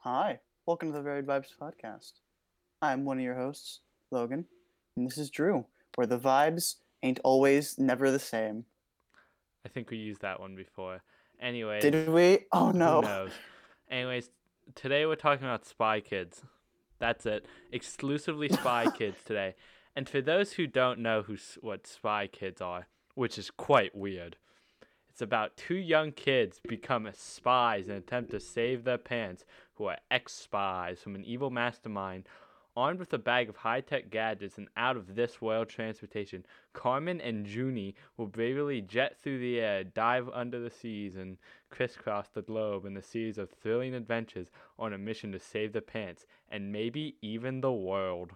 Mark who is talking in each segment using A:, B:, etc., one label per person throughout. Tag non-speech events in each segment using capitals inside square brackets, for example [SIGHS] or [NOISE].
A: Hi, welcome to the Varied Vibes podcast. I'm one of your hosts, Logan, and this is Drew, where the vibes ain't always never the same.
B: I think we used that one before. Anyways,
A: Did we? Oh [LAUGHS]
B: who
A: no.
B: knows? Anyways, today we're talking about Spy Kids. That's it. Exclusively Spy Kids today. And for those who don't know who s- what Spy Kids are, which is quite weird, it's about two young kids become spies and attempt to save their parents, who are ex-spies from an evil mastermind. Armed with a bag of high-tech gadgets and out-of-this-world transportation, Carmen and Junie will bravely jet through the air, dive under the seas, and crisscross the globe in a series of thrilling adventures on a mission to save the pants and maybe even the world.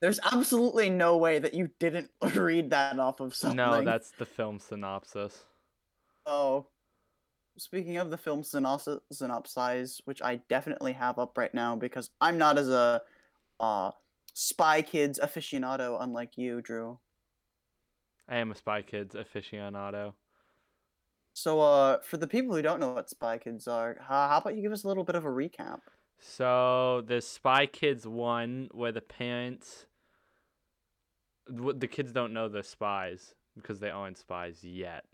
A: There's absolutely no way that you didn't [LAUGHS] read that off of something.
B: No, that's the film synopsis.
A: Oh. Speaking of the film synopsis, synopsize, which I definitely have up right now because I'm not as a uh, Spy Kids aficionado unlike you, Drew.
B: I am a Spy Kids aficionado.
A: So, uh, for the people who don't know what Spy Kids are, how, how about you give us a little bit of a recap?
B: So there's Spy Kids 1 where the parents. w- The kids don't know they're spies because they aren't spies yet.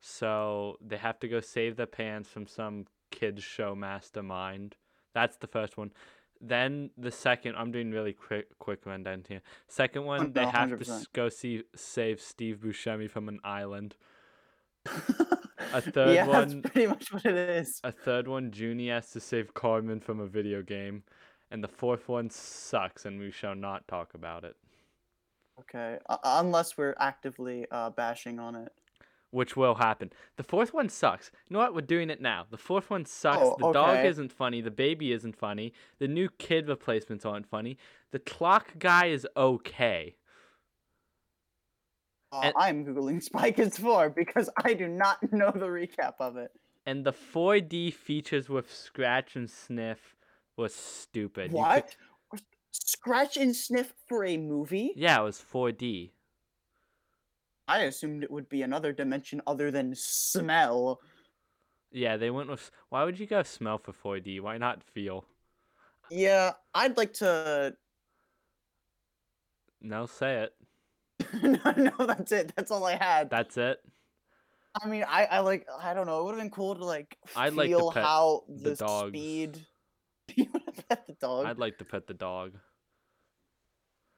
B: So they have to go save their parents from some kids show mastermind. That's the first one. Then the second, I'm doing really quick quick rundown here. Second one, they
A: no,
B: have to
A: 100%.
B: s- go see save Steve Buscemi from an island. A
A: [LAUGHS]
B: third
A: yeah,
B: one-
A: that's pretty much what it is.
B: A third one, Junie has to save Carmen from a video game. And the fourth one sucks, and we shall not talk about it.
A: Okay, uh, unless we're actively uh, bashing on it.
B: Which will happen. The fourth one sucks. You know what? We're doing it now. The fourth one sucks.
A: Oh,
B: the dog
A: okay.
B: isn't funny. The baby isn't funny. The new kid replacements aren't funny. The clock guy is okay.
A: Uh,
B: And-
A: I'm googling Spy Kids 4 because [LAUGHS] I do not know the recap of it.
B: And the 4D features with Scratch and Sniff was stupid. You could-
A: What? Scratch and sniff for a movie?
B: yeah, it was 4D.
A: I assumed it would be another dimension other than smell.
B: Yeah, they went with. Why would you go smell for 4D? Why not feel?
A: Yeah, I'd like to. [LAUGHS]
B: No, say it.
A: no, no, that's it. That's all I had.
B: That's it.
A: I mean, I, I like, I don't know. It would have been cool to like
B: I'd like to
A: feel
B: pet
A: how
B: the
A: the,
B: dogs.
A: speed. [LAUGHS] you want to pet the dog?
B: I'd like to pet the dog.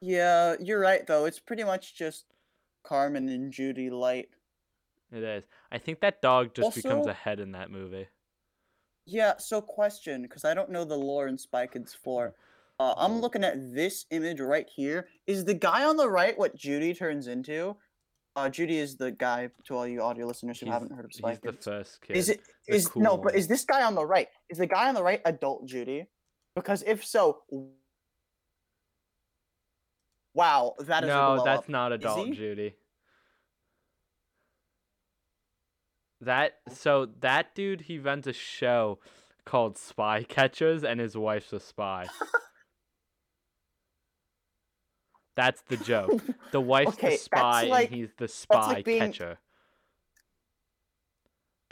A: Yeah, you're right though. It's pretty much just Carmen and Judy Light.
B: It is. I think that dog just becomes
A: Also-
B: a head in that movie.
A: Yeah. So question, because I don't know the lore in Spy Kids Four. Uh,
B: Oh.
A: I'm looking at this image right here. Is the guy on the right what Judy turns into? Uh, Judy is the guy to all you audio listeners who
B: He's-
A: haven't heard of Spy
B: He's the
A: Kids.
B: first kid.
A: Is it
B: the
A: is no,
B: cool
A: but is this guy on the right? Is the guy on the right adult Judy? Because if so, w- wow, that is a
B: no,
A: blow
B: that's
A: up.
B: not
A: he?
B: adult Judy. That so that dude he runs a show called Spy Catchers, and his wife's
A: [LAUGHS]
B: a spy. that's the joke.
A: [LAUGHS]
B: The wife's
A: Okay,
B: the
A: that's
B: spy,
A: like-
B: and he's the
A: like
B: spy
A: being-
B: catcher.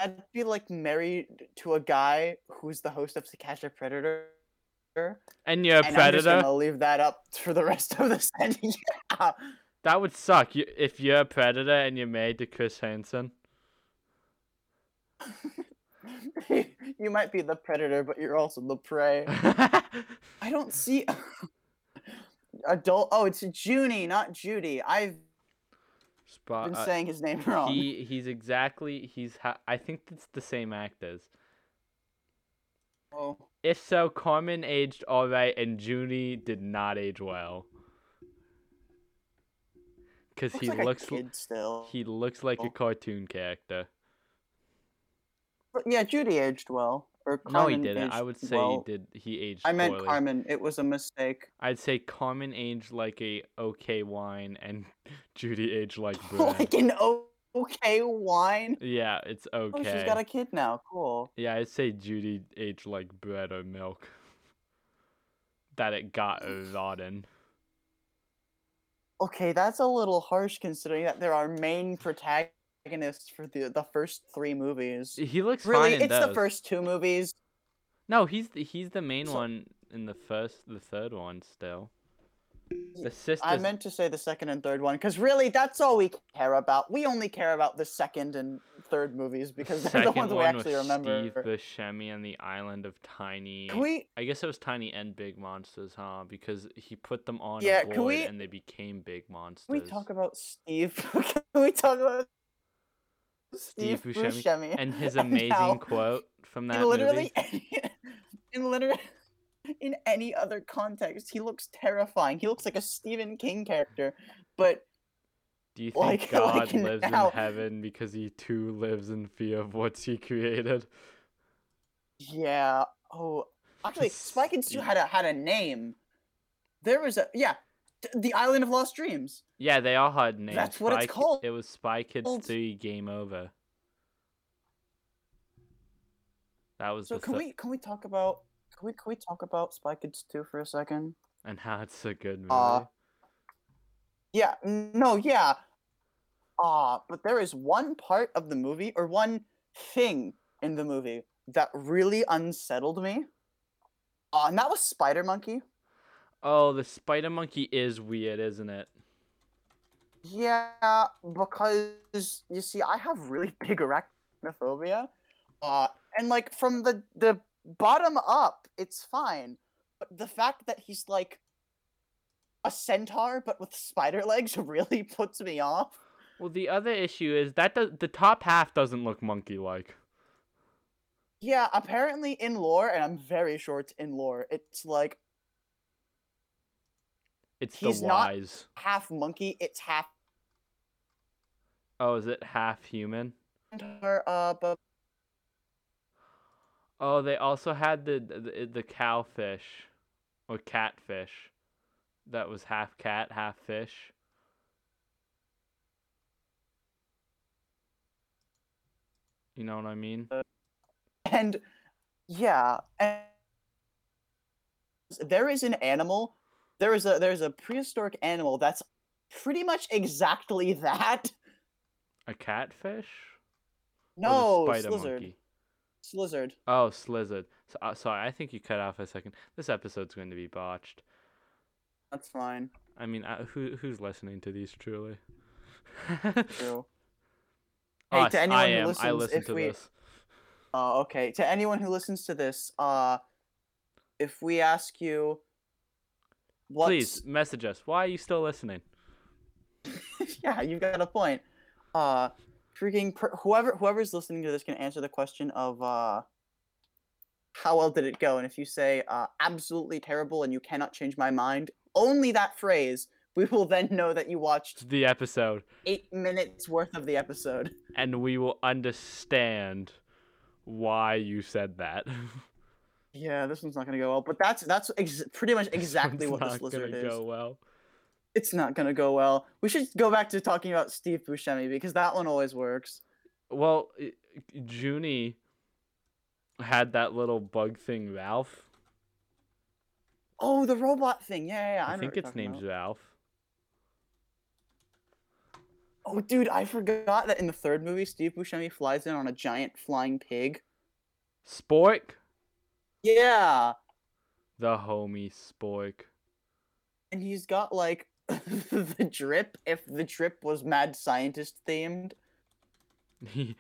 A: I'd be like married to a guy who's the host of To Catch a Predator.
B: And
A: and
B: you're a
A: I'm just
B: predator.
A: gonna leave that up for the rest of the [LAUGHS] sentence. yeah.
B: That would suck you, if you're a predator and you're married to
A: [LAUGHS]
B: Chris Hansen.
A: you might be the predator, but you're also the prey. I
B: [LAUGHS]
A: don't see [LAUGHS] adult. Oh, it's Junie, not Judy. I've
B: Spot.
A: been
B: uh,
A: saying his name [LAUGHS] wrong.
B: he he's exactly he's ha- I think it's the same actors.
A: Oh,
B: If so, Carmen aged all right, and Junie did not age well. Cause
A: looks
B: he
A: like
B: looks
A: a
B: l-
A: kid still.
B: he looks like a
A: still.
B: cartoon character.
A: But yeah, Judy aged well. Or Carmen
B: no, he didn't. I
A: aged
B: would say
A: well.
B: he did. He aged.
A: I meant
B: poorly.
A: Carmen. It was a mistake. [LAUGHS]
B: I'd say Carmen aged like a okay wine, and [LAUGHS] Judy
A: [LAUGHS]
B: aged like bread.
A: like an o- okay wine.
B: Yeah, it's okay.
A: Oh, she's got a kid now. Cool.
B: Yeah, I'd say Judy aged like bread or milk. [LAUGHS] that it got rotten.
A: Okay, that's a little harsh considering that there are main protagonists for the the first three movies.
B: He looks
A: Really,
B: fine in
A: it's the
B: those.
A: first two movies.
B: No, he's the, he's the main
A: So-
B: one in the first, the third one still. The sister.
A: I
B: [LAUGHS]
A: meant to say the second and third one because really that's all we care about. We only care about the second and third movies because they're the ones we actually remember.
B: Steve Buscemi on the island of Tiny.
A: Can we?
B: I guess it was Tiny and Big Monsters, huh? Because he put them on
A: Yeah,
B: a
A: can
B: board
A: we-
B: and they became Big Monsters.
A: Can we talk about Steve? [LAUGHS] Can we talk about
B: Steve
A: Steve,
B: Buscemi
A: Buscemi,
B: and
A: [LAUGHS]
B: his
A: and
B: amazing
A: how
B: quote from that
A: in literally
B: movie.
A: any, in literally [LAUGHS] in any other context he looks terrifying. He looks like a Stephen King character, but
B: Do you think
A: [LAUGHS] like- like
B: God
A: in
B: lives
A: how-
B: in heaven because he too lives in fear of what he created?
A: yeah. Oh, actually, Spy Kids 2
B: Steve.
A: had a had a name. There was a yeah, th- the Island of Lost Dreams.
B: Yeah, they all had names.
A: That's what it's
B: Spy Ki-
A: called.
B: It was Spy Kids
A: Called-
B: 3 Game Over. That was
A: So
B: the
A: can
B: thir-
A: we can we talk about can we can we talk about Spy Kids 2 for a second?
B: [LAUGHS] and how it's a good movie.
A: Uh, Yeah, n- no, yeah. Ah, but there is one part of the movie or one thing in the movie that really unsettled me. Uh, and that was Spider Monkey.
B: oh, the spider monkey is weird, isn't it?
A: Yeah, because you see, I have really [LAUGHS] big arachnophobia. Uh, and like from the the bottom up, it's fine. But the fact that he's like a centaur but with spider legs [LAUGHS] really puts me off.
B: Well, the other issue is that does, the top half doesn't look monkey-like.
A: Yeah, apparently in lore, and I'm very sure it's in lore, it's like
B: It's
A: He's
B: the
A: not-
B: wise.
A: half monkey, it's half
B: Oh, is it half human?
A: centaur, uh, but
B: Oh, they also had the the, the cowfish or catfish that was half cat, half fish. You know what I mean?
A: and yeah, and there is an animal, there is a there's a prehistoric animal that's pretty much exactly that.
B: A catfish?
A: No,
B: or the spider
A: Slizzard,
B: monkey.
A: Slizzard.
B: Oh, Slizzard. So, uh, sorry, I think you cut off a second. This episode's going to be botched.
A: That's fine.
B: I mean, uh, who who's listening to these truly? [LAUGHS]
A: True. Hey,
B: Us,
A: to anyone
B: I
A: who
B: am. I
A: listens,
B: listen
A: if
B: to
A: we-
B: this.
A: Uh, okay. To anyone who listens to this, uh, if we ask you, what's
B: Please message us. Why are you still listening?
A: [LAUGHS] yeah, you've got a point. Uh, freaking per- whoever whoever's listening to this can answer the question of uh, how well did it go? And if you say uh, absolutely terrible and you cannot change my mind, only that phrase, we will then know that you watched
B: It's the episode,
A: eight minutes worth of the episode.
B: and we will understand why you said that. [LAUGHS]
A: Yeah, this one's not gonna go well, but that's that's ex- pretty
B: [LAUGHS]
A: much exactly
B: It's
A: what this
B: not
A: lizard
B: gonna
A: is.
B: go well.
A: It's not gonna go well. We should go back to talking about Steve Buscemi because that one always works.
B: Well, i- i- Junie had that little bug thing, Ralph.
A: Oh, the robot thing. Yeah, yeah, yeah.
B: I,
A: know
B: think
A: what you're
B: its
A: talking
B: name's
A: about.
B: Ralph.
A: Oh, dude, I forgot that in the third movie, Steve Buscemi flies in on a giant flying pig.
B: Spork,
A: Yeah,
B: the homie Spork.
A: and he's got like [LAUGHS] the drip. If the drip was mad scientist themed,
B: [LAUGHS] He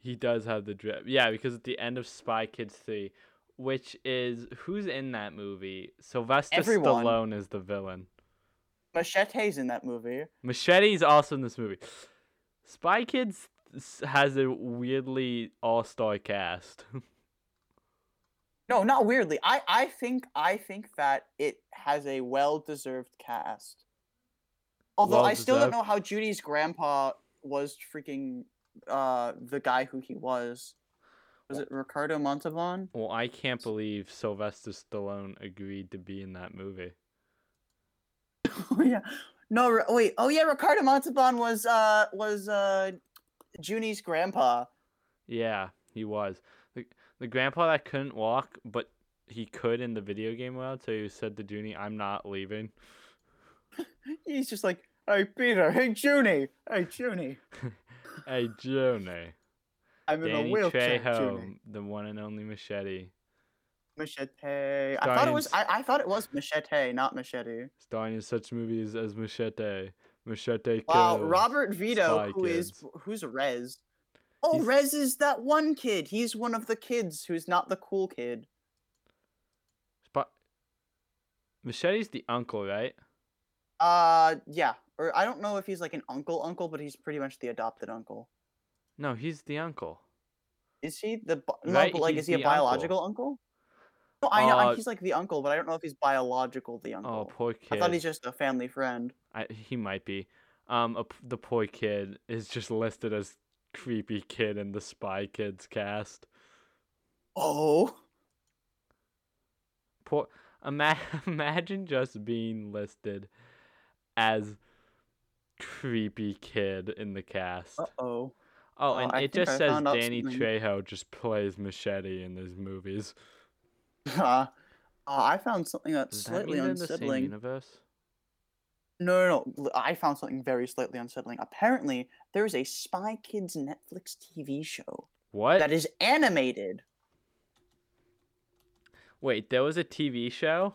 B: he does have the drip. Yeah, because at the end of Spy Kids 3, which is who's in that movie? Sylvester
A: Everyone.
B: Stallone is the villain.
A: Machete's in that movie.
B: Machete's also in this movie. Spy Kids s- has a weirdly all-star cast. [LAUGHS]
A: No, not weirdly. I I think I think that it has a well deserved cast. Although I still don't
B: Well-deserved?
A: know how Judy's grandpa was freaking uh the guy who he was. Was it Ricardo Montalban?
B: well, I can't believe Sylvester Stallone agreed to be in that movie.
A: [LAUGHS] Oh yeah. No, Ri- wait. Oh yeah, Ricardo Montalban was uh was uh Junie's grandpa.
B: Yeah, he was. The, the grandpa that couldn't walk, but he could in the video game world, so he said to Junie, I'm not leaving. [LAUGHS]
A: He's just like, "Hey Peter, hey Junie, hey Junie,
B: Hey, Junie.
A: I'm in a
B: Danny
A: wheelchair,
B: Trejo,
A: Junie."
B: the one and only machete.
A: Machete. I thought it was. I,
B: Giants.
A: I thought it was machete, not machete.
B: Starring in such movies as Machete, Machete
A: Wow,
B: Kills.
A: Robert Vito,
B: Spy
A: who is
B: Kids.
A: who's Rez? Oh,
B: He's-
A: Rez is that one kid. He's one of the kids who's not the cool kid.
B: Sp- Machete's the uncle, right?
A: Uh, yeah. Or I don't know if he's like an uncle uncle, but he's pretty much the adopted uncle.
B: No, he's the uncle.
A: Is he the bi- no?
B: Right,
A: but like,
B: he's
A: is he a
B: the uncle.
A: biological uncle? No, I know I-
B: Uh,
A: he's like the uncle, but I don't know if he's biological the
B: Oh,
A: uncle.
B: poor kid.
A: I thought he's just a family friend.
B: I, he might be. Um, a p the poi kid is just listed as creepy kid in the Spy Kids cast.
A: Oh, [LAUGHS]
B: Poor, ima- [LAUGHS] imagine just being listed as creepy kid in the cast.
A: uh oh.
B: oh,
A: oh,
B: and
A: I
B: it
A: think
B: just
A: I
B: says
A: found out
B: Danny
A: something.
B: Trejo just plays machete in those movies.
A: [LAUGHS] Uh, I found something that's
B: Does that
A: slightly
B: mean they're in the same
A: unsettling.
B: universe?
A: No, no, no. l- I found something very slightly unsettling. Apparently, there's a Spy Kids Netflix TV show
B: What?
A: that is animated.
B: Wait, there was a TV show.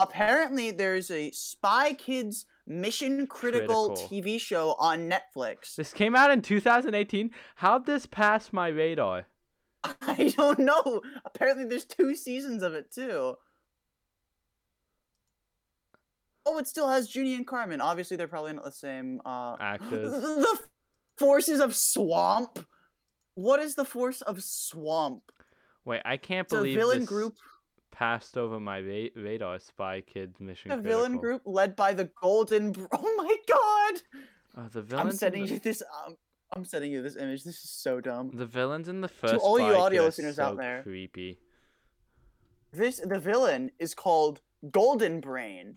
A: Apparently, there's a Spy Kids Mission Critical,
B: Critical.
A: TV show on Netflix.
B: This came out in 2018. How'd this pass my radar?
A: [LAUGHS] I don't know. Apparently, there's two seasons of it, too. Oh, it still has Junie and Carmen. Obviously, they're probably not the same. Uh, [LAUGHS]
B: Actors.
A: the forces of Swamp? What is the force of Swamp?
B: Wait, I can't
A: It's a
B: believe
A: villain
B: this
A: group,
B: passed over my ra- radar. Spy Kids Mission
A: a villain
B: Critical.
A: group led by the Golden. Br- [LAUGHS] oh my god!
B: Oh, the villains.
A: I'm sending
B: in the,
A: you this. Um, I'm sending you this image. This is so dumb.
B: the villains in the first.
A: all you
B: Spy
A: audio
B: Kid are
A: listeners out
B: so
A: there.
B: Creepy.
A: This the villain is called Golden Brain,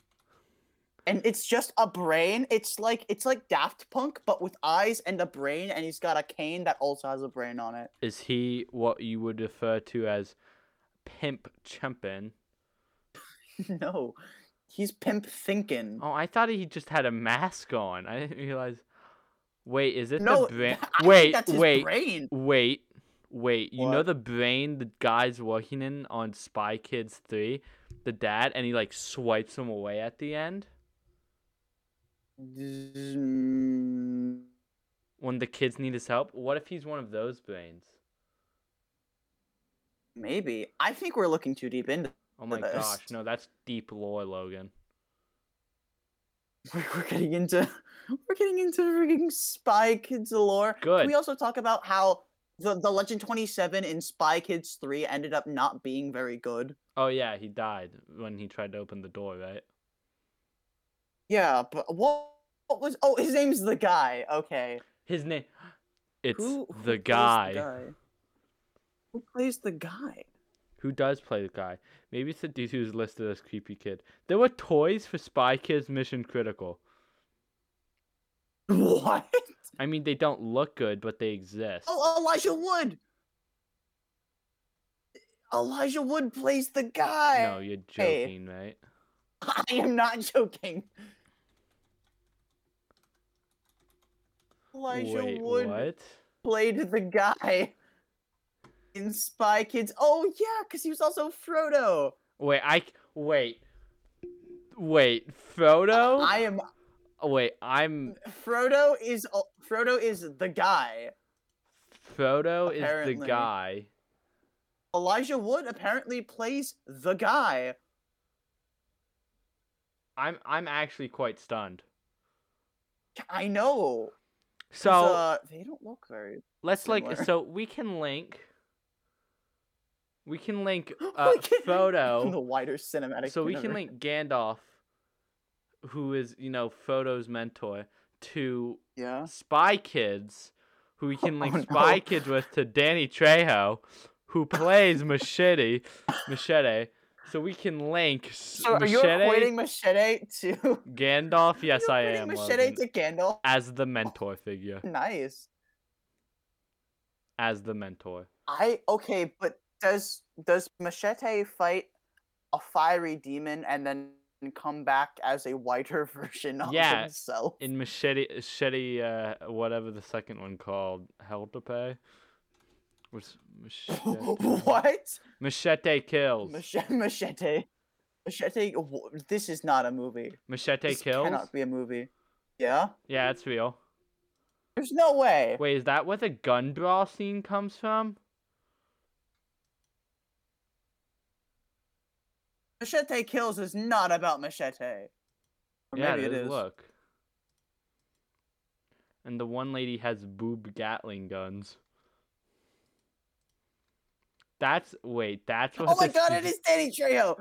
A: and it's just a brain. It's like it's like Daft Punk, but with eyes and a brain, and he's got a cane that also has a brain on it. [LAUGHS]
B: Is he what you would refer to as pimp chumpin?
A: no, he's pimp thinking.
B: Oh, I thought he just had a mask on. I didn't realize. Wait, is it
A: no,
B: the brain?
A: [LAUGHS] I think
B: Wait,
A: that's his
B: wait,
A: brain.
B: wait, wait. You know
A: What?
B: the brain the guy's working in on Spy Kids Three, the dad, and he like swipes him away at the end.
A: Mm,
B: when the kids need his help. What if he's one of those brains?
A: Maybe. I think we're looking too deep into
B: Oh my
A: Nice.
B: gosh, no, that's deep lore, Logan.
A: [LAUGHS] we're, we're getting into we're getting into freaking Spy Kids lore. Can
B: Good.
A: we also talk about how the, the Legend 27 in Spy Kids 3 ended up not being very good.
B: Oh yeah, he died when he tried to open the door, right?
A: Yeah, but what what was Oh, his name's the guy. Okay.
B: His name It's
A: Who- who
B: the
A: plays
B: guy.
A: Who plays the guy? [LAUGHS]
B: Who does play the guy? Maybe it's the dude who's listed as creepy kid. There were toys for Spy Kids Mission Critical.
A: What?
B: I mean they don't look good, but they exist.
A: Oh, Elijah Wood. Elijah Wood plays the guy.
B: no, you're joking, right?
A: [LAUGHS] I am not joking. Elijah
B: Wait,
A: Wood
B: what?
A: played the guy in Spy Kids. Oh yeah, because he was also Frodo.
B: Wait, I c- wait. Wait, Frodo?
A: Uh, I am
B: Oh, wait, I'm
A: Frodo is al- Frodo is the guy.
B: Frodo is the
A: Apparently.
B: guy.
A: Elijah Wood apparently plays the guy.
B: I'm I'm actually quite stunned.
A: I know. 'cause,
B: So
A: uh, they don't look very. [GASPS]
B: let's like
A: similar.
B: so we can link. We
A: [GASPS]
B: can link
A: We
B: uh,
A: can- [LAUGHS] the
B: Frodo.
A: wider cinematic.
B: So we can
A: universe.
B: link Gandalf, who is you know Frodo's mentor, to
A: Yeah.
B: Spy Kids, who we can
A: Oh,
B: link
A: no.
B: Spy Kids with to Danny Trejo, who plays Machete, Machete. So we can link s-
A: So are you
B: Machete,
A: equating Machete to?
B: Gandalf. Yes,
A: You're
B: I
A: equating
B: am.
A: Machete
B: Logan,
A: to Gandalf.
B: as the mentor figure.
A: Nice.
B: as the mentor.
A: I okay, but does does Machete fight a fiery demon and then come back as a whiter [LAUGHS] version of
B: Yeah,
A: himself?
B: [LAUGHS] In Machete, Machete, uh, whatever the second one called, Hell to Pay, Was
A: [LAUGHS]
B: machete,
A: what?
B: machete kills.
A: Machete. Machete. Machete. wh- This is not a movie.
B: machete
A: this
B: kills.
A: cannot be a movie. Yeah?
B: Yeah, it's real.
A: There's no way.
B: Wait, is that where the gun brawl scene comes from?
A: Machete Kills is not about Machete. Or
B: yeah,
A: maybe it
B: there's-
A: is.
B: [LAUGHS] Look. And the one lady has boob Gatling guns. That's wait. That's what.
A: Oh my
B: the
A: god,
B: [LAUGHS] scene-
A: it is Danny Trejo!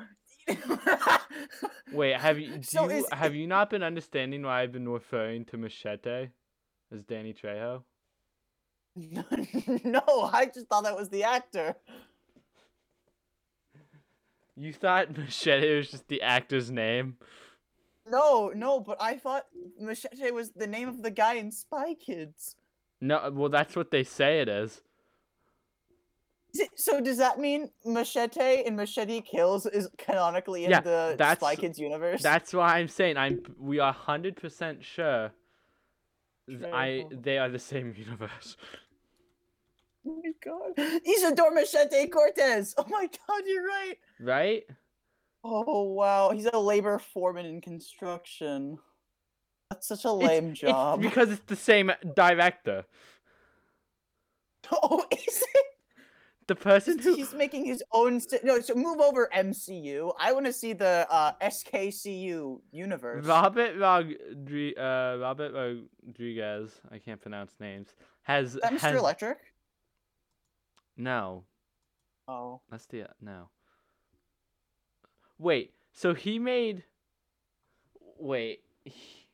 A: [LAUGHS]
B: Wait, have you, do
A: So
B: you
A: is-
B: have you not been understanding why I've been referring to Machete as Danny Trejo?
A: [LAUGHS] no, I just thought that was the actor.
B: You thought [LAUGHS] Machete was just the actor's name?
A: No, no, but I thought Machete was the name of the guy in Spy Kids.
B: No, well that's what they say it is.
A: Is it- So does that mean Machete and Machete Kills is canonically in
B: Yeah,
A: the Spy
B: that's-
A: Kids universe?
B: That's why I'm saying I'm we are hundred percent sure. th- I
A: Trejo.
B: they are the same [LAUGHS] universe.
A: [LAUGHS] Oh my god. Isidore Machete Cortez! Oh my god, you're right!
B: Right?
A: Oh wow, he's a labor foreman in construction. That's such a lame
B: It's
A: job. [LAUGHS]
B: because it's the same director.
A: oh, is it?
B: The person who
A: He's making his own. St- no, so move over MCU. I want to see the uh, SKCU universe.
B: Robert Rodri- uh, Robert Rodriguez, I can't pronounce names, has,
A: Is that Mr.
B: has
A: Electric?
B: no,
A: Oh,
B: that's the no. Wait, so he made. Wait, [LAUGHS] he-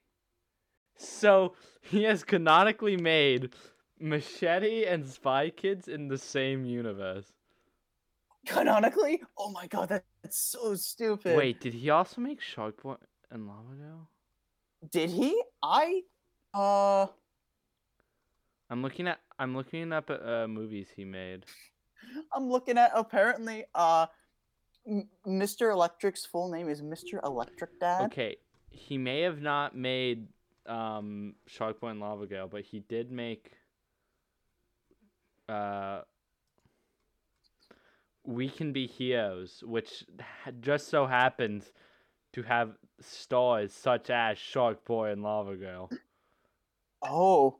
B: so he has canonically made Machete and Spy Kids in the same universe.
A: canonically? Oh my god, that, that's so stupid.
B: Wait, did he also make Sharkboy and Lava Girl?
A: did he? I, uh,
B: I'm looking at I'm looking up at uh, movies he made.
A: I'm looking at apparently, uh, M- Mr. Electric's full name is Mr. Electric Dad.
B: Okay, he may have not made um Sharkboy and Lava Girl, but he did make uh We Can Be Heroes, which ha- just so happens to have stars such as Sharkboy and Lava Girl.
A: Oh,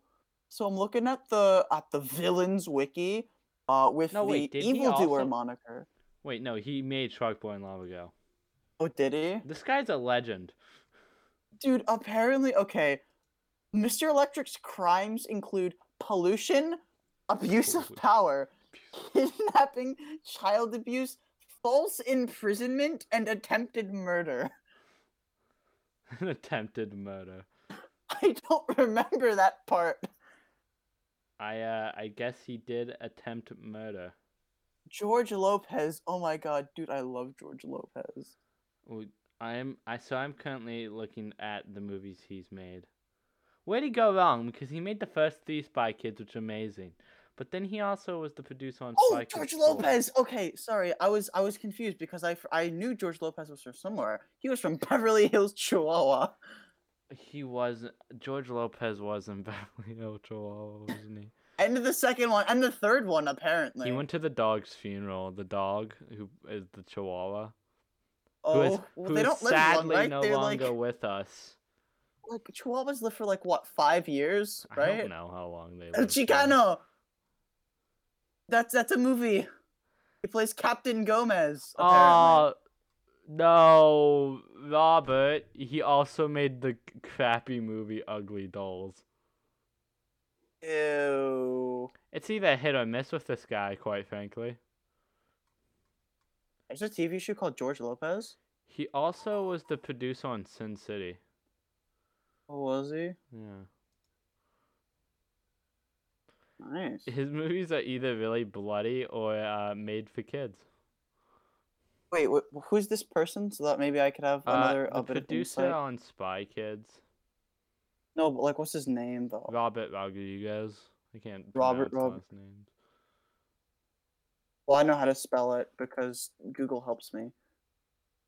A: so I'm looking at the at the villains wiki, uh, with
B: No,
A: the
B: wait, didn't he
A: evildoer
B: also-
A: moniker.
B: Wait, no, he made Sharkboy and Lava Girl.
A: Oh, did he?
B: This guy's a legend. [LAUGHS]
A: Dude, apparently, okay. Mr. Electric's crimes include pollution, abuse of
B: Pollution.
A: power, [LAUGHS] kidnapping, child abuse, false imprisonment, and attempted murder. [LAUGHS]
B: An attempted murder.
A: I don't remember that part.
B: I uh I guess he did attempt murder.
A: George Lopez. Oh my god, dude, I love George Lopez.
B: Well, I'm I so I'm currently looking at the movies he's made. Where'd he go wrong? Because he made the first three Spy Kids, which are amazing. But then he also was the producer on
A: Oh,
B: Spy Kids.
A: George
B: 4.
A: Lopez. Okay, sorry, I was I was confused because I f- I knew George Lopez was from somewhere. He was from [LAUGHS] Beverly Hills, Chihuahua.
B: He was George Lopez was in [LAUGHS] Beverly Hills Chihuahua, wasn't he?
A: And the second one, and the third one apparently.
B: He went to the dog's funeral. The dog who is the Chihuahua, who
A: oh,
B: is
A: well,
B: who
A: they
B: is
A: don't live long,
B: sadly
A: right?
B: no
A: They're
B: longer
A: like
B: with us.
A: like Chihuahuas live for like what five years,
B: I don't
A: [LAUGHS] right?
B: know how long they.
A: El
B: lived for.
A: Chicano. That's that's a movie. He plays Captain Gomez. Apparently.
B: Oh no, Robert. He also made the c- crappy movie Ugly Dolls.
A: Ew.
B: It's either hit or miss with this guy, quite frankly.
A: There's a TV show called George Lopez.
B: He also was the producer on Sin City.
A: Oh, was he?
B: Yeah.
A: Nice.
B: His movies are either really bloody or uh, made for kids.
A: Wait, wh- who's this person? So that maybe I could have another
B: uh,
A: a
B: the
A: bit of
B: producer
A: insight.
B: on Spy Kids,
A: No, but like, what's his name though?
B: Robert Rodriguez. I can't
A: Robert
B: pronounce
A: Rob-
B: last names.
A: Well, I know how to spell it because Google helps me.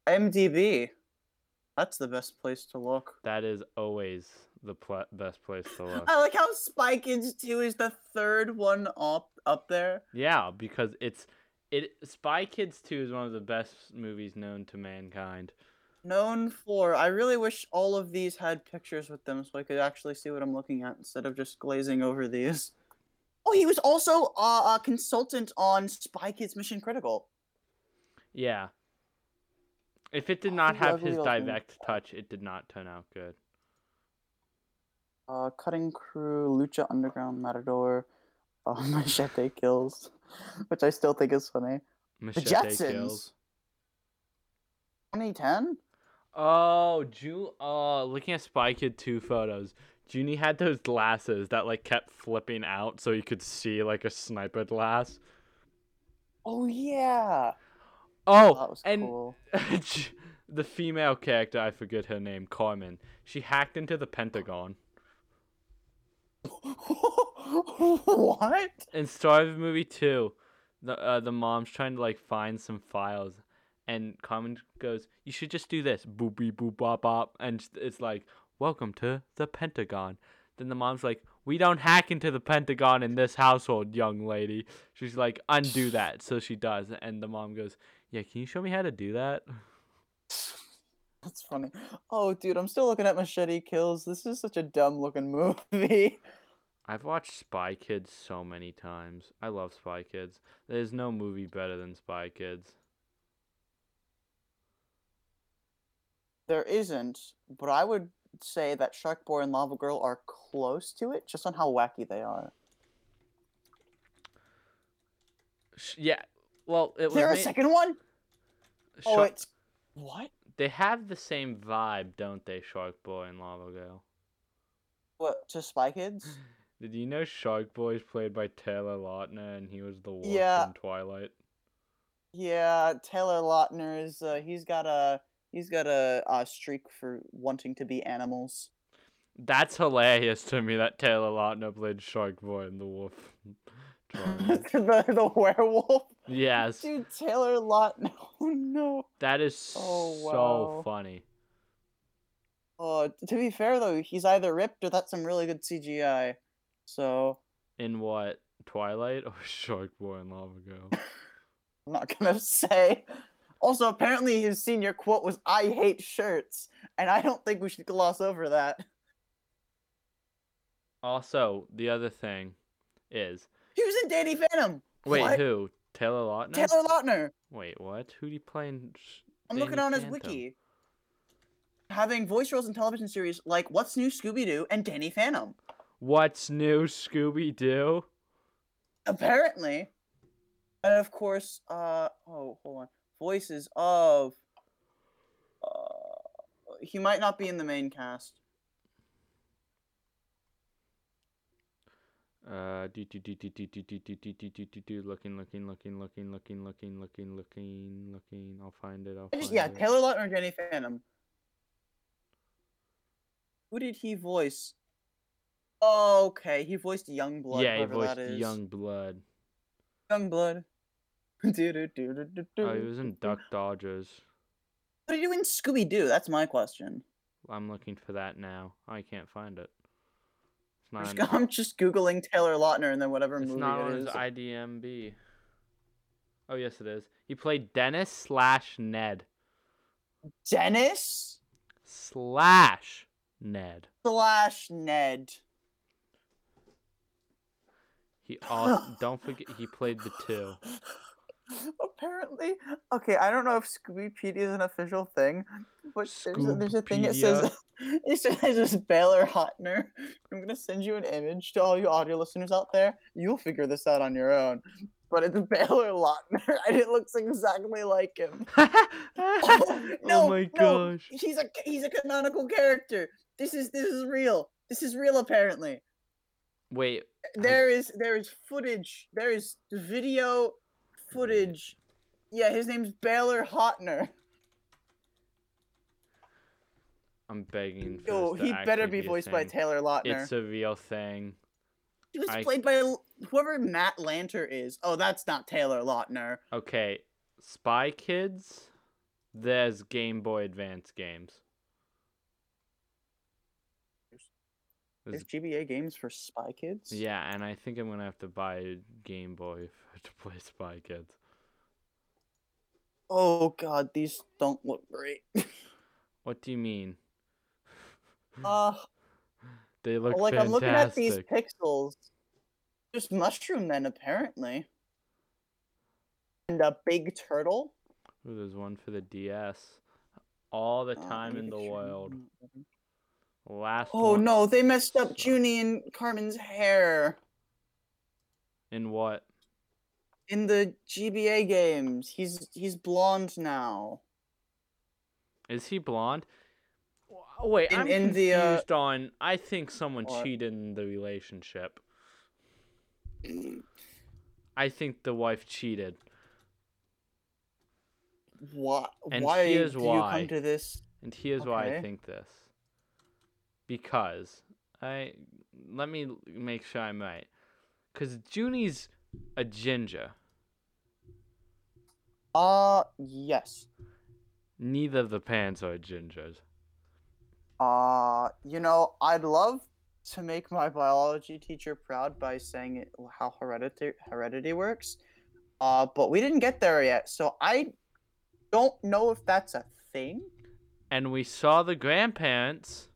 A: MDB. That's the best place to look.
B: That is always the pla best place to
A: [LAUGHS]
B: look.
A: I like how Spy Kids 2 is the third one up up there.
B: Yeah, because it's it Spy Kids 2 is one of the best movies known to mankind.
A: Known for. I really wish all of these had pictures with them so I could actually see what I'm looking at instead of just glazing over these. Oh, he was also uh, a consultant on Spy Kids Mission Critical.
B: Yeah. If it did
A: I
B: not have
A: love
B: his
A: Leo Lin.
B: direct touch, it did not turn out good.
A: Uh, Cutting Crew, Lucha Underground, Matador, [LAUGHS] uh, Machete Kills, [LAUGHS] which I still think is funny. The
B: Machete
A: Jetsons.
B: kills.
A: 2010?
B: Oh, June. Oh, looking at Spy Kid 2 photos, Junie had those glasses that like kept flipping out so you could see like a sniper glass.
A: Oh, yeah.
B: Oh,
A: That was
B: [LAUGHS] and
A: cool. [LAUGHS]
B: the female character, I forget her name, Carmen. She hacked into the Pentagon.
A: what?
B: in Star of Movie Two, the uh, the mom's trying to like find some files, and Carmen goes, "You should just do this, boop beep boop bop bop," and s- it's like, "Welcome to the Pentagon." Then the mom's like, "We don't hack into the Pentagon in this household, young lady." She's like, "Undo that." So she does, and the mom goes, "Yeah, can you show me how to do that?"
A: That's funny. Oh, dude, I'm still looking at Machete Kills. This is such a dumb looking [LAUGHS] movie.
B: I've watched Spy Kids so many times. I love Spy Kids. There's no movie better than Spy Kids.
A: There isn't, but I would say that Shark Boy and Lava Girl are close to it, just on how wacky they are.
B: Sh- yeah. Well, it
A: Is
B: was
A: there a
B: ma-
A: second one? Oh,
B: Shark-
A: it's what?
B: They have the same vibe, don't they, Shark Boy and Lava Girl?
A: What to Spy
B: [SIGHS]
A: Kids?
B: Did you know Shark Boy is played by Taylor Lautner and he was the wolf
A: Yeah.
B: in Twilight?
A: Yeah, Taylor Lautner is. Uh, he's got a he's got a, uh streak for wanting to be animals.
B: That's hilarious to me that Taylor Lautner played Shark Boy and
A: [LAUGHS]
B: the wolf. in Twilight.
A: the, the werewolf,
B: yes,
A: dude. Taylor Lautner. [LAUGHS] Oh no.
B: that is
A: Oh,
B: so
A: wow.
B: funny.
A: Uh, to be fair though, he's either ripped or that's some really good CGI. So
B: In what? Twilight or [LAUGHS] Shark Boy and Lava Girl?
A: I'm not [LAUGHS] gonna say. Also, apparently his senior quote was "I hate shirts," and I don't think we should gloss over that.
B: also, the other thing is
A: He was in Danny Phantom.
B: wait,
A: What?
B: who? Taylor Lautner?
A: Taylor Lautner.
B: Wait, what? Who do you play in? Sh-
A: I'm looking
B: Danny
A: on his
B: Phantom?
A: wiki. Having voice roles in television series like What's New Scooby Doo and Danny Phantom.
B: What's new, Scooby Doo?
A: Apparently. And of course, uh oh, hold on. Voices of uh he might not be in the main cast.
B: Uh, do do do do do do do do do do do do do. Looking, looking, looking, looking, looking, looking, looking, looking, looking. I'll find it. I'll
A: I
B: find
A: just yeah,
B: it.
A: Taylor Lautner and Danny Phantom. Who did he voice? Oh, okay, he voiced Young Blood.
B: yeah, he
A: voiced
B: voiced Young Blood.
A: Young Blood. Doo-doo-doo-doo-doo-doo.
B: Oh, he was in Duck Dodgers.
A: What are you in Scooby Doo? That's my question.
B: I'm looking for that now. I can't find it. It's
A: I'm
B: not.
A: just, [LAUGHS]
B: on-
A: I'm just googling Taylor Lautner and then whatever
B: It's
A: movie
B: not on
A: it
B: his
A: is.
B: IDMB. Oh yes, it is. He played Dennis slash Ned
A: Dennis
B: slash Ned.
A: slash Ned. [GASPS]
B: He also
A: [LAUGHS]
B: don't forget he played the two.
A: Apparently, okay. I don't know if Scoobypedia is an official thing, but there's a, there's a thing that says [LAUGHS] it says it's Baylor Hotner. I'm gonna send you an image to all you audio listeners out there. You'll figure this out on your own. But it's [LAUGHS] Baylor Lautner, [LAUGHS] and it looks exactly like
B: [LAUGHS]
A: him. [LAUGHS]
B: oh,
A: no,
B: my
A: no,
B: gosh.
A: He's a he's a canonical character. This is this is real. This is real. Apparently,
B: Wait,
A: there is there is footage. There is video footage. Yeah, his name's Baylor
B: [LAUGHS]
A: Hotner.
B: I'm begging for
A: Oh,
B: this to
A: he better
B: actually
A: be
B: a
A: voiced by
B: thing.
A: Taylor Lautner.
B: It's a real thing.
A: he was
B: I-
A: played by L- whoever Matt Lanter is. Oh, that's not Taylor Lautner.
B: Okay, Spy Kids. There's Game Boy Advance games.
A: There's GBA games for Spy Kids.
B: Yeah, and I think I'm gonna have to buy a Game Boy [LAUGHS] to play Spy Kids.
A: Oh god, these don't look
B: [CLEARS THROAT]
A: great.
B: What do you mean?
A: uh,
B: [LAUGHS] They look
A: like I'm looking at
B: fantastic.
A: these pixels. There's mushroom men apparently, and a big turtle.
B: Ooh, there's one for the DS. All the
A: Uh,
B: time
A: maybe
B: in the
A: it should-
B: world. Last
A: Oh
B: one-
A: no, they messed up
B: Sucks.
A: Junie and Carmen's hair
B: In what?
A: in the GBA games. He's he's blonde now.
B: Is he blonde? W- Wait,
A: In-
B: I'm
A: in the, uh,
B: confused on. I think someone
A: What?
B: cheated in the relationship. I think the wife cheated.
A: Why?
B: And
A: why
B: here's
A: do you
B: why.
A: come to this?
B: And here's why I
A: Okay.
B: think this. Because I let me l- make sure I'm right. Cause Junie's a ginger.
A: Uh yes.
B: Neither of the pants are gingers.
A: Uh, you know, I'd love to make my biology teacher proud by saying it, how heredity heredity works. Uh, but we didn't get there yet, so I don't know if that's a thing.
B: And we saw the grandparents.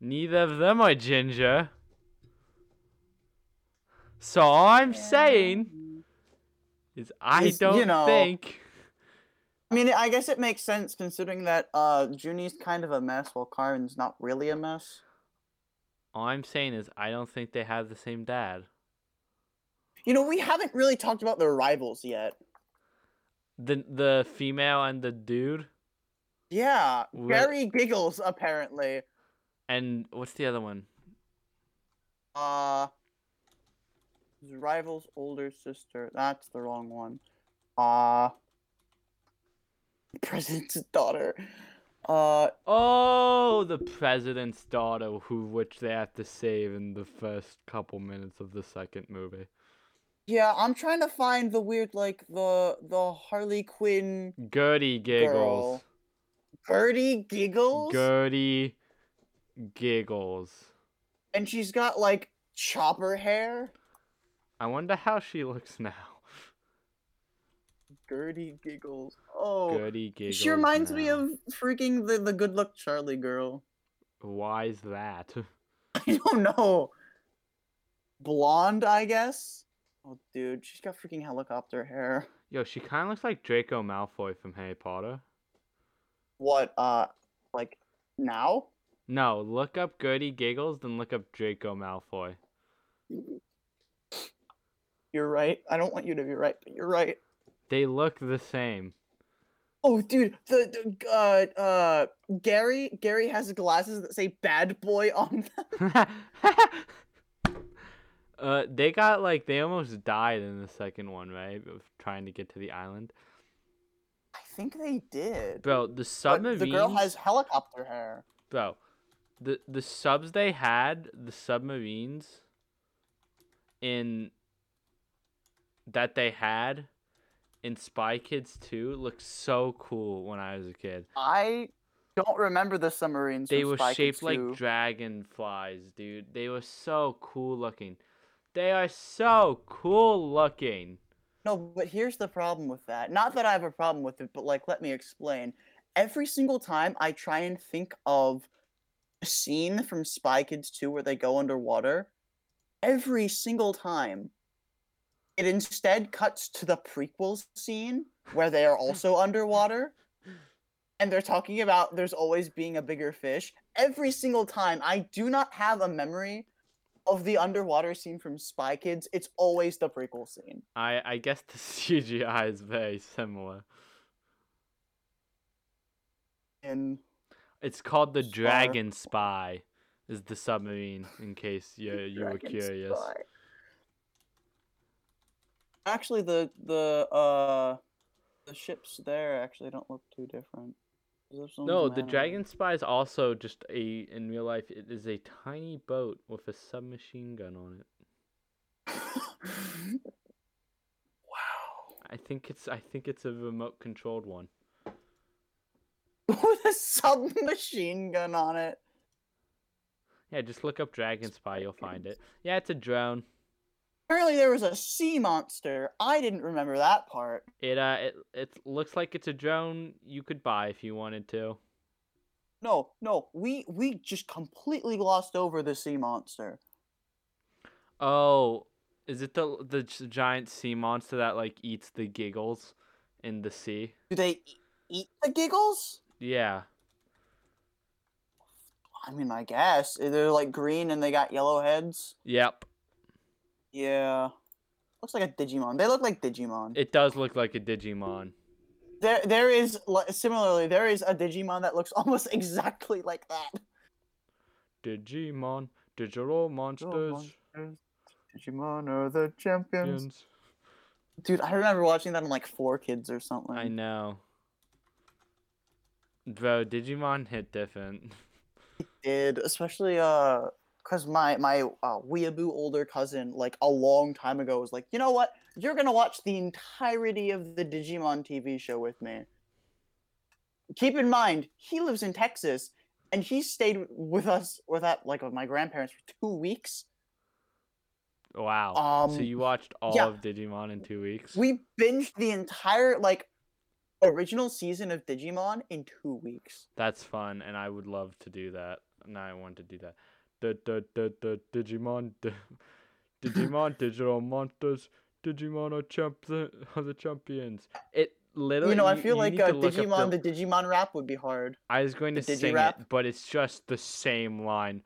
B: Neither of them are ginger. So all I'm saying is I
A: Is- you
B: don't
A: know-
B: think
A: I mean, I guess it makes sense considering that uh, Junie's kind of a mess, while Karin's not really a mess.
B: all I'm saying is I don't think they have the same dad.
A: You know, we haven't really talked about their rivals yet.
B: The the female and the dude
A: Yeah,
B: Well-
A: Gary giggles apparently.
B: and what's the other one?
A: Uh his rival's older sister. That's the wrong one. Uh [LAUGHS] President's daughter. Uh
B: Oh, the president's daughter, who which they have to save in the first couple minutes of the second movie.
A: yeah, I'm trying to find the weird like the the Harley Quinn
B: Gertie giggles.
A: Birdie giggles
B: Gertie giggles.
A: and she's got like chopper hair.
B: I wonder how she looks now.
A: Gertie giggles. Oh
B: Gertie giggles.
A: she reminds me
B: now.
A: of freaking the, the good luck Charlie girl. [LAUGHS]
B: Why's that? [LAUGHS]
A: I don't know. Blonde, I guess. Oh, dude, she's got freaking helicopter hair.
B: Yo, she kind of looks like Draco Malfoy from Harry Potter.
A: What? Uh, like now?
B: No, look up Gertie giggles, then look up Draco Malfoy.
A: You're right. I don't want you to be right, but you're right.
B: They look the same. [LAUGHS]
A: Oh, dude, the, the uh uh Gary Gary has glasses that say "bad boy" on them. [LAUGHS]
B: uh, they got like they almost died in the second one, right? Of trying to get to the island,
A: I think they did.
B: bro. The
A: But
B: submarines,
A: the girl has helicopter hair.
B: bro. The the subs they had, the submarines, in that they had in Spy Kids 2 looked so cool when I was a kid.
A: I don't remember the submarines.
B: They
A: from
B: were
A: Spy Kids
B: shaped like
A: 2.
B: dragonflies, dude. They were so cool looking. They are so cool looking.
A: No, but here's the problem with that. Not that I have a problem with it, but like, let me explain. Every single time I try and think of a scene from Spy Kids 2 where they go underwater, every single time it instead cuts to the prequel scene where they are also underwater and they're talking about there's always being a bigger fish. Every single time, I do not have a memory of the underwater scene from Spy Kids. It's always the prequel scene.
B: I I guess the [LAUGHS] CGI is very similar.
A: and
B: It's called the
A: Star.
B: Dragon Spy. Is the submarine in case you you were
A: Dragon
B: curious.
A: Spy. Actually, the the uh the ships there actually don't look too different. Is there some
B: No,
A: from
B: the
A: anime? [LAUGHS]
B: Dragon Spy is also just a in real life it is a tiny boat with a submachine gun on it.
A: wow,
B: I think it's I think it's a remote controlled one.
A: with a submachine gun on it.
B: Yeah, just look up Dragon Spy, you'll find it. Yeah, it's a drone.
A: Apparently, there was a sea monster. I didn't remember that part.
B: It uh, it it looks like it's a drone you could buy if you wanted to.
A: No, no, we we just completely glossed over the sea monster.
B: Oh, is it the the g- giant sea monster that like eats the giggles in the sea?
A: Do they e- eat the giggles?
B: Yeah.
A: I mean, I guess eh, they're like green and they got yellow heads.
B: Yep.
A: Yeah, looks like a Digimon. They look like Digimon.
B: It does look like a Digimon.
A: There, there is li- similarly there is a Digimon that looks [LAUGHS] almost exactly like that.
B: Digimon, digital monsters.
A: Digimon are the champions.
B: Yins.
A: Dude, I remember watching that on like Four Kids or something.
B: I know. Bro, Digimon hit different. [LAUGHS]
A: did, especially uh, cause my my uh, weeaboo older cousin, like a long time ago, was like, you know what? You're gonna watch the entirety of the Digimon TV show with me. Keep in mind, he lives in Texas, and he stayed with us with that like with my grandparents for two weeks.
B: Wow. so
A: Um,
B: you watched all
A: yeah.
B: of Digimon in two weeks?
A: We binged the entire like original season of Digimon in two weeks.
B: That's fun, and I would love to do that. Now I want to do that. Da, da, da, da, Digimon, [LAUGHS] d-
A: [LAUGHS]
B: Digimon, digital monsters. Digimon are, champ- are the [LAUGHS] champions. It literally.
A: you know, I feel like
B: need
A: uh,
B: to look up
A: Digimon,
B: the-
A: the Digimon rap would be hard.
B: I was going to
A: the
B: sing
A: Digirap.
B: it, but it's just the same line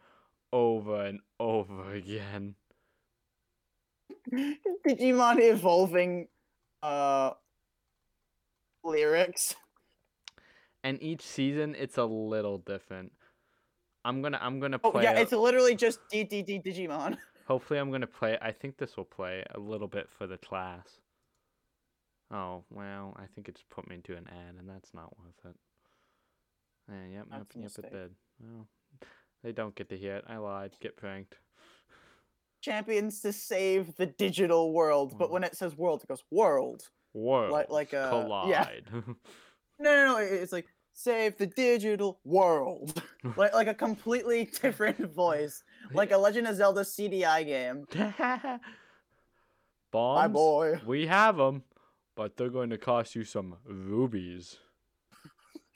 B: over and over [LAUGHS] again.
A: [LAUGHS] Digimon evolving uh lyrics.
B: And each season, it's a little different. I'm gonna, I'm gonna
A: Oh
B: play.
A: yeah,
B: a-
A: it's literally just DDD Digimon.
B: Hopefully, I'm gonna play. I think this will play a little bit for the class. Oh well, I think it's put me into an ad, and that's not worth it. Eh, yep, yep,
A: That's a
B: yep, it
A: mistake.
B: did. Well, they don't get to hear it. I lied. Get pranked.
A: Champions to save the digital world, but
B: Wow.
A: when it says world, it goes world.
B: World
A: like, uh,
B: collide.
A: yeah. No, no, no. it- It's like save the digital world, like like a completely different voice, like a Legend of Zelda CDI game.
B: [LAUGHS] Bombs.
A: My boy.
B: We have them, but they're going to cost you some rubies.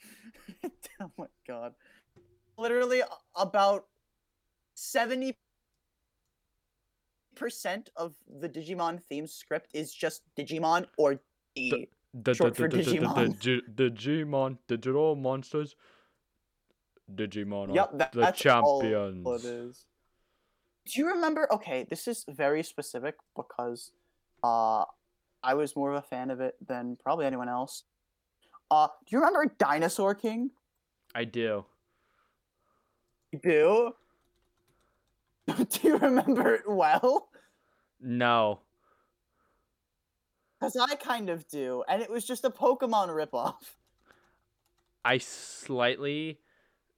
A: [LAUGHS] oh my god. Literally a- about 70% of the Digimon theme script is just Digimon or D.
B: The
A: Short for Digimon.
B: Digimon, digital monsters. Digimon, are
A: Yep, that-
B: the
A: that's all Oh, it
B: champions.
A: What is? Do you remember? Okay, this is very specific because uh, I was more of a fan of it than probably anyone else. Uh, do you remember Dinosaur King?
B: I do.
A: You do? [LAUGHS] do you remember it well?
B: No,
A: Because I kind of do, and it was just a Pokemon ripoff.
B: I slightly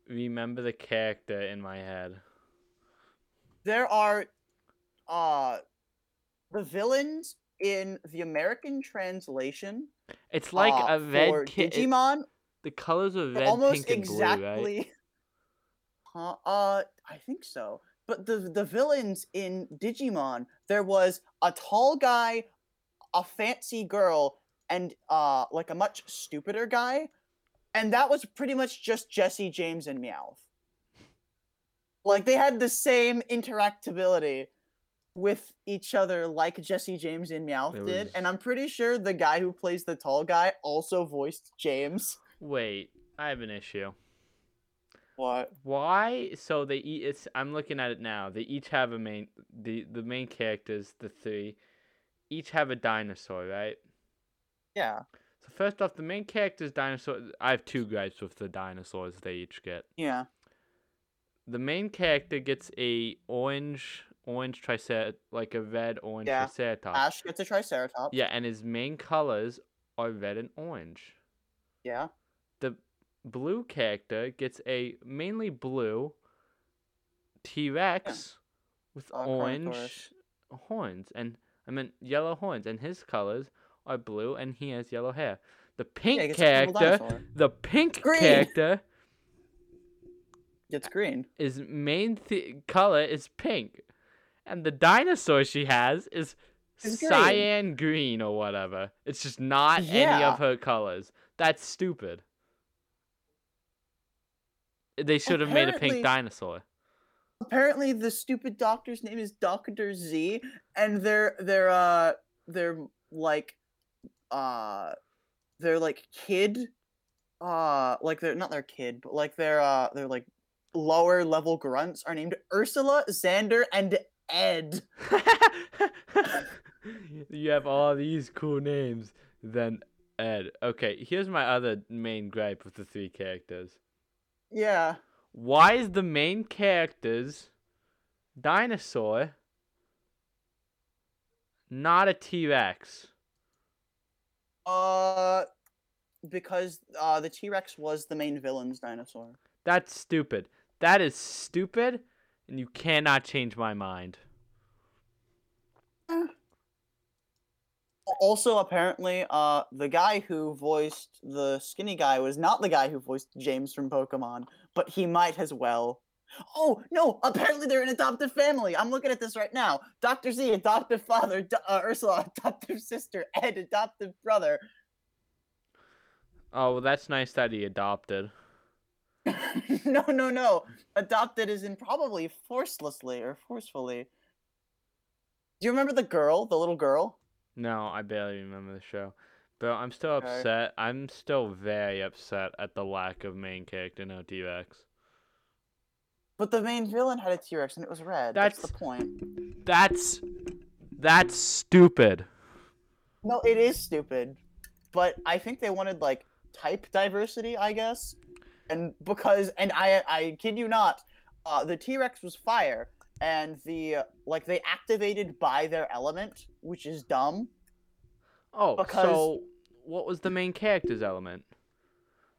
B: remember the character in my head.
A: There are, uh, the villains in the American translation
B: It's like
A: uh,
B: a red
A: for
B: kid.
A: Digimon
B: The colors are
A: are
B: red,
A: almost
B: pink, and
A: exactly.
B: blue, right?
A: Huh, uh, I think so. But the the villains in Digimon, there was a tall guy, a fancy girl, and uh, like a much stupider guy, and that was pretty much just Jesse James and Meowth. Like they had the same interactability with each other, like Jesse James and Meowth
B: It
A: did, and
B: was-
A: I'm pretty sure the guy who plays the tall guy also voiced James.
B: Wait, I have an issue.
A: What?
B: Why? So they eat. It's. I'm looking at it now. They each have a main. The the main characters, the three, each have a dinosaur, right?
A: Yeah.
B: So first off, the main character's dinosaur. I have two gripes with the dinosaurs they each get.
A: Yeah.
B: The main character gets a orange, orange tricerat, like a red orange
A: Yeah,
B: triceratops.
A: Ash gets a Triceratops.
B: Yeah, and his main colors are red and orange.
A: Yeah.
B: The blue character gets a mainly blue T Rex with
A: Uh, Carnotaurus.
B: orange horns, and I meant yellow horns, and his colors are blue, and he has yellow hair. The
A: Yeah, he
B: pink
A: gets a purple
B: character
A: dinosaur.
B: the pink
A: Green.
B: character
A: It's green.
B: His main th- color is pink, and the dinosaur she has is
A: Is green.
B: cyan green or whatever. It's just not any
A: Yeah.
B: of her colors. That's stupid. They should have made a
A: Apparently-
B: pink dinosaur. [LAUGHS]
A: Apparently, the stupid doctor's name is Doctor Z, and their their uh their like uh their like kid uh like they're not their kid but like their uh their like lower level grunts are named Ursula, Xander, and Ed.
B: you have all these cool names, then Ed. Okay, here's my other main gripe with the three characters.
A: Yeah.
B: Why is the main character's dinosaur not a T Rex?
A: Uh, because uh, the T Rex was the main villain's dinosaur.
B: That's stupid. That is stupid, and you cannot change my mind.
A: Al- Also, apparently, uh, the guy who voiced the skinny guy was not the guy who voiced James from Pokemon, but he might as well. Oh no! Apparently, they're an adoptive family. I'm looking at this right now. Doctor Z, adoptive father. Do- uh, Ursula, [LAUGHS] adoptive sister. Ed, adoptive brother. [LAUGHS]
B: Oh, well, that's nice that he adopted.
A: no, no, no. Adopted is in probably forcelessly or forcefully. Do you remember the girl, the little girl?
B: No, I barely remember the show. But I'm still
A: Okay.
B: upset. I'm still very upset at the lack of main character no T Rex.
A: But the main villain had a T Rex and it was red. That's... the
B: That's-
A: point.
B: That's that's stupid.
A: No, it is stupid. But I think they wanted like type diversity, I guess. And because and I I kid you not, uh, the T Rex was fire, and the uh, like they activated by their element, which is dumb.
B: Oh,
A: Because-
B: so what was the main character's element?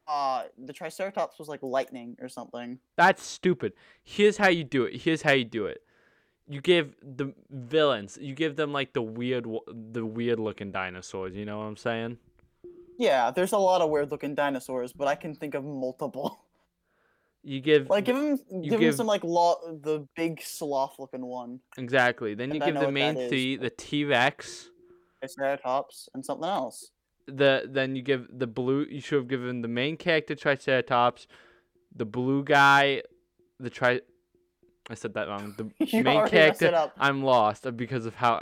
A: Uh, the Triceratops was like lightning or something.
B: That's stupid. Here's how you do it. Here's how you do it. You give the villains, you give them like the weird, wo- the weird looking dinosaurs. You know what I'm saying?
A: Yeah, there's a lot of weird looking dinosaurs, but I can think of multiple. [LAUGHS]
B: You give
A: like give him
B: You
A: give, him
B: give-
A: some like law the big sloth looking one.
B: exactly. Then you
A: I
B: give
A: know
B: the
A: what
B: main
A: that is,
B: three, the T Rex.
A: Triceratops and something else. [LAUGHS]
B: The then you give the blue. You should have given the main character Triceratops, the blue guy, the tri. I said that wrong. The
A: [LAUGHS] You
B: main
A: already messed
B: character.
A: it up.
B: I'm lost because of how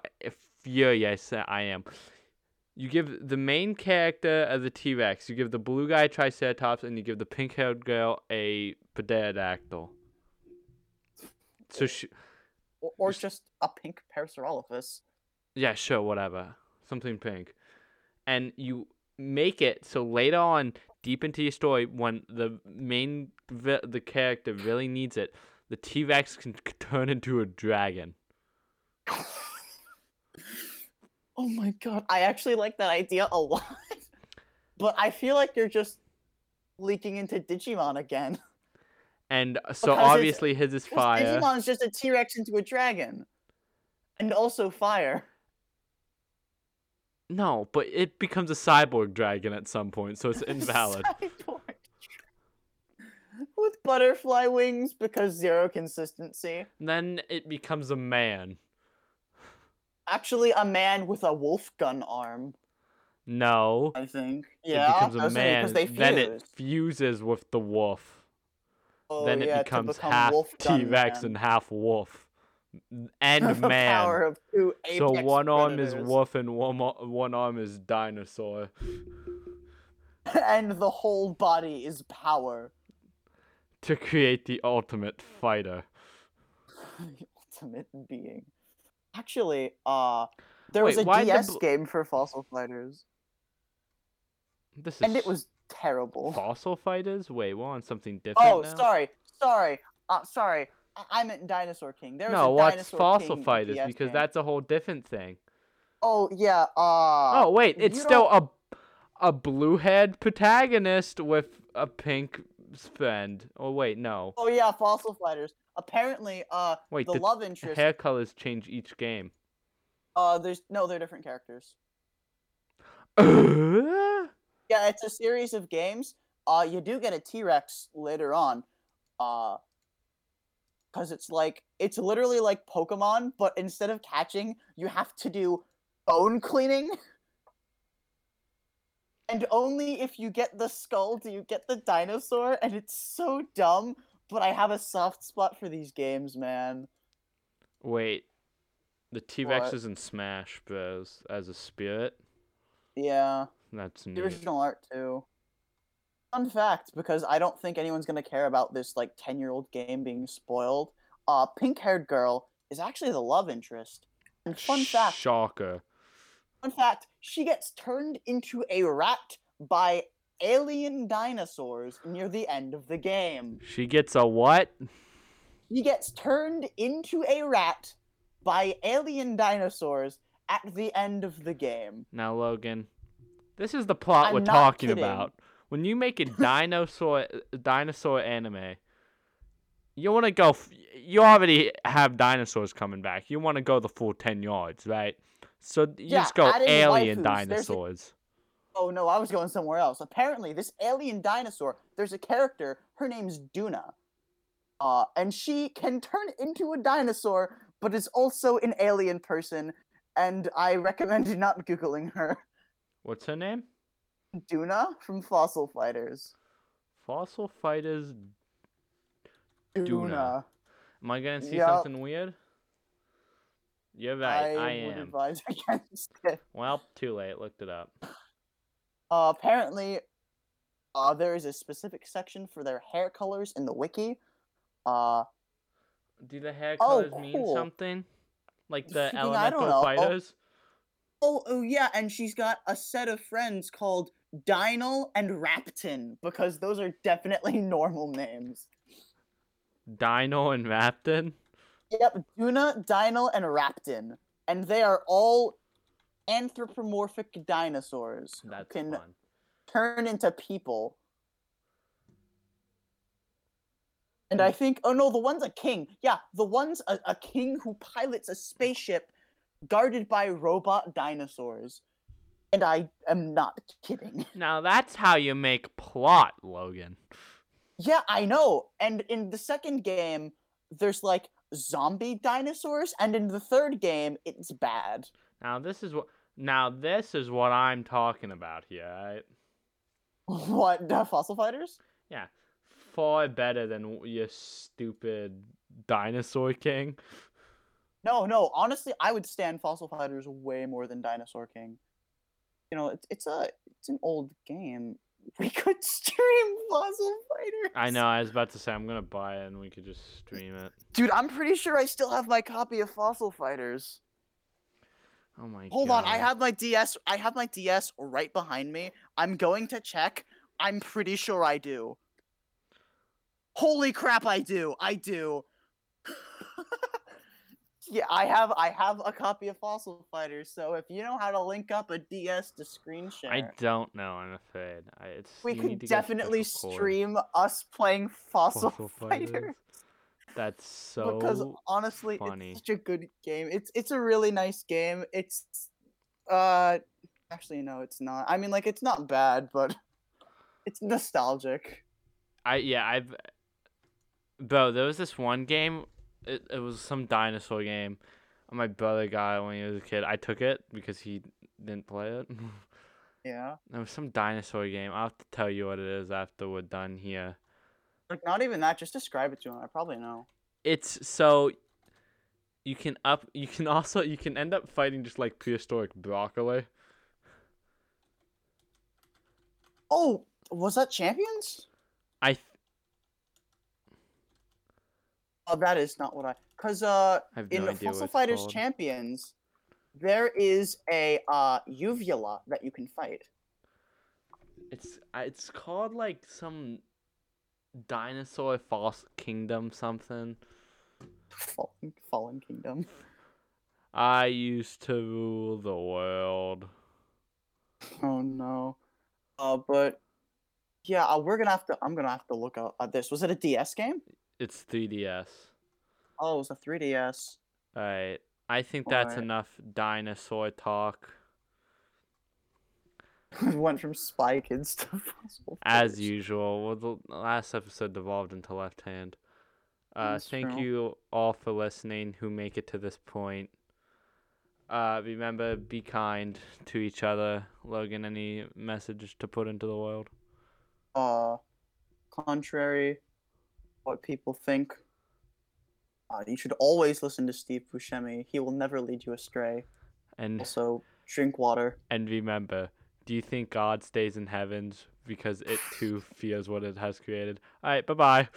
B: furious I am. You give the main character of the T Rex, you give the blue guy Triceratops, and you give the pink haired girl a Pterodactyl. So, she,
A: Or, or just a pink Parasaurolophus.
B: yeah, sure, whatever. Something pink. And you make it so later on, deep into your story, when the main vi- the character really needs it, the T Rex can c- turn into a dragon.
A: [LAUGHS] Oh my god, I actually like that idea a lot. [LAUGHS] but I feel like you're just leaking into Digimon again. [LAUGHS]
B: And uh,
A: Because
B: so
A: it's-
B: obviously his is
A: 'Cause
B: fire.
A: Digimon's just a T Rex into a dragon. And also fire.
B: No, but it becomes a cyborg dragon at some point,
A: [LAUGHS]
B: so it's invalid.
A: Cyborg. With butterfly wings because zero consistency.
B: then it becomes a man.
A: Actually, a man with a wolf gun arm,
B: No,
A: I think. Yeah,
B: it becomes a
A: that's what it-
B: man.
A: 'cause they
B: Then it
A: fuse.
B: fuses with the wolf.
A: Oh,
B: then it
A: yeah, to
B: becomes
A: become
B: half
A: wolf gun
B: T Rex
A: man.
B: and half wolf,
A: [LAUGHS]
B: N- and
A: the
B: man.
A: power of two
B: So
A: apex
B: one arm is
A: predators.
B: wolf and one ar- one arm is dinosaur.
A: [LAUGHS] and the whole body is power. [LAUGHS]
B: To create the ultimate fighter.
A: the ultimate being. Actually, uh, there was
B: Wait,
A: a
B: why'd the
A: DS
B: bl-
A: game for Fossil Fighters,
B: This is
A: and it was terrible.
B: fossil fighters. Wait, we're on something different
A: Oh,
B: now.
A: sorry, sorry, uh, sorry. I-, I meant Dinosaur King. There was
B: No,
A: a
B: what's
A: Dinosaur
B: fossil
A: King
B: fighters?
A: DS
B: Because
A: game.
B: that's a whole different thing.
A: Oh yeah. Uh,
B: Oh wait, it's
A: you
B: still a a blue head protagonist with a pink friend. Oh wait, no.
A: Oh yeah, Fossil Fighters. Apparently, uh,
B: Wait,
A: the
B: the
A: love interest.
B: hair colors change
A: [LAUGHS]
B: each game.
A: Uh, there's no, they're different characters.
B: oh
A: Yeah, it's a series of games. Uh, you do get a T Rex later on. Uh, because it's like it's literally like Pokemon, but instead of catching, you have to do bone cleaning. And only if you get the skull do you get the dinosaur, and it's so dumb. But I have a soft spot for these games, man.
B: Wait, the T Rex
A: What?
B: is in Smash Bros. as a spirit.
A: Yeah,
B: That's
A: the
B: neat.
A: original art too. Fun fact, because I don't think anyone's gonna care about this like ten-year-old game being spoiled. Uh, pink-haired girl is actually the love interest. And fun fact,
B: Shocker.
A: Fun fact, she gets turned into a rat by alien dinosaurs near the end of the game.
B: She gets a what?
A: She gets turned into a rat by alien dinosaurs at the end of the game.
B: Now, Logan, this is the plot
A: I'm
B: we're
A: not
B: talking
A: kidding.
B: about. When you make a dinosaur dinosaur anime, you want to go. F- you already have dinosaurs coming back. You want to go the full ten yards, right? So you
A: Yeah,
B: just go
A: add in
B: alien
A: waifus. There's a-
B: dinosaurs.
A: Oh no, I was going somewhere else. Apparently, this alien dinosaur, there's a character, her name's Duna. Uh, and she can turn into a dinosaur, but is also an alien person, and I recommend [LAUGHS] not Googling her. [LAUGHS]
B: What's her name?
A: Duna from Fossil Fighters.
B: Fossil fighters. Duna. Am I gonna see
A: Yup.
B: something weird? You're right. I,
A: would
B: am.
A: advise [LAUGHS] against it.
B: Well, too late. Looked it up.
A: Uh, apparently, uh, there is a specific section for their hair colors in the wiki. Uh,
B: Do the hair
A: Oh,
B: colors mean
A: cool.
B: something? Like the
A: Freaking- I don't
B: elemental
A: know.
B: fighters?
A: oh, oh yeah, and she's got a set of friends called Dinal and Raptin because those are definitely [LAUGHS] normal names.
B: Dino and Raptor?
A: Yep, Duna, Dinal, and Raptin, and they are all anthropomorphic dinosaurs who
B: That's
A: can
B: fun.
A: turn into people. And
B: Hmm.
A: I think, oh no, the one's a king. Yeah, the one's a, a king who pilots a spaceship guarded by robot dinosaurs. And I am not kidding. [LAUGHS]
B: Now that's how you make plot, Logan.
A: Yeah, I know. And in the second game, there's like zombie dinosaurs. And in the third game, it's bad. [LAUGHS]
B: Now this is what now this is what I'm talking about here, right?
A: What, the fossil fighters?
B: Far better than w- your stupid dinosaur king.
A: No, no. Honestly, I would stand Fossil Fighters way more than Dinosaur King. You know, it's it's a it's an old game. [LAUGHS] We could stream Fossil Fighters.
B: I know, I was about to say I'm gonna buy it and we could just stream it.
A: dude. I'm pretty sure I still have my copy of Fossil Fighters.
B: Oh my god.
A: Hold on, I have my DS. I have my DS right behind me. I'm going to check. I'm pretty sure I do. Holy crap, I do. I do. [LAUGHS] yeah, I have I have a copy of Fossil Fighters, so if you know how to link up a DS to screen share,
B: I don't know, I'm afraid. I, it's,
A: we
B: you
A: could
B: need to get
A: definitely
B: special cord.
A: stream us playing Fossil,
B: Fossil
A: Fighters.
B: Fighters. That's so
A: because honestly,
B: funny.
A: it's such a good game. It's it's a really nice game. It's uh actually no, it's not. I mean like it's not bad, but [LAUGHS] it's nostalgic.
B: I yeah I've bro there was this one game it, it was some dinosaur game and my brother got it when he was a kid I took it because he didn't play it [LAUGHS]
A: Yeah.
B: there was some dinosaur game I'll have to tell you what it is after we're done here
A: Like not even that, just describe it to him. I probably know.
B: it's so you can up you can [LAUGHS] also you can end up fighting just like prehistoric broccoli
A: Oh, was that Champions?
B: I th-
A: Oh, that is not what I cuz uh
B: I have
A: in
B: no idea what
A: Fossil
B: it's
A: Fighters
B: called.
A: Champions there is a uh uvula that you can fight. [LAUGHS]
B: It's I- it's called like some dinosaur false kingdom something.
A: Fallen, Fallen Kingdom.
B: I used to rule the world.
A: Oh no. Uh, but yeah, uh, we're gonna have to. I'm gonna have to look up uh, this. Was it a DS game?
B: It's 3DS.
A: Oh, it was a [LAUGHS] 3DS.
B: All right. I think that's
A: Alright.
B: enough dinosaur talk.
A: Went from Spy Kids [LAUGHS] to Fossil
B: As
A: Fighters.
B: usual, well, the last episode devolved into left hand. Uh,
A: That's
B: thank
A: true.
B: you all for listening who make it to this point. Uh, remember, be kind to each other. Logan, any message to put into the world?
A: uh, contrary what people think. Uh, you should always listen to Steve Buscemi. He will never lead you astray.
B: And
A: Also, drink water.
B: and remember,
A: [LAUGHS]
B: do you think God stays in heavens because it too fears what it has created? All right, bye bye.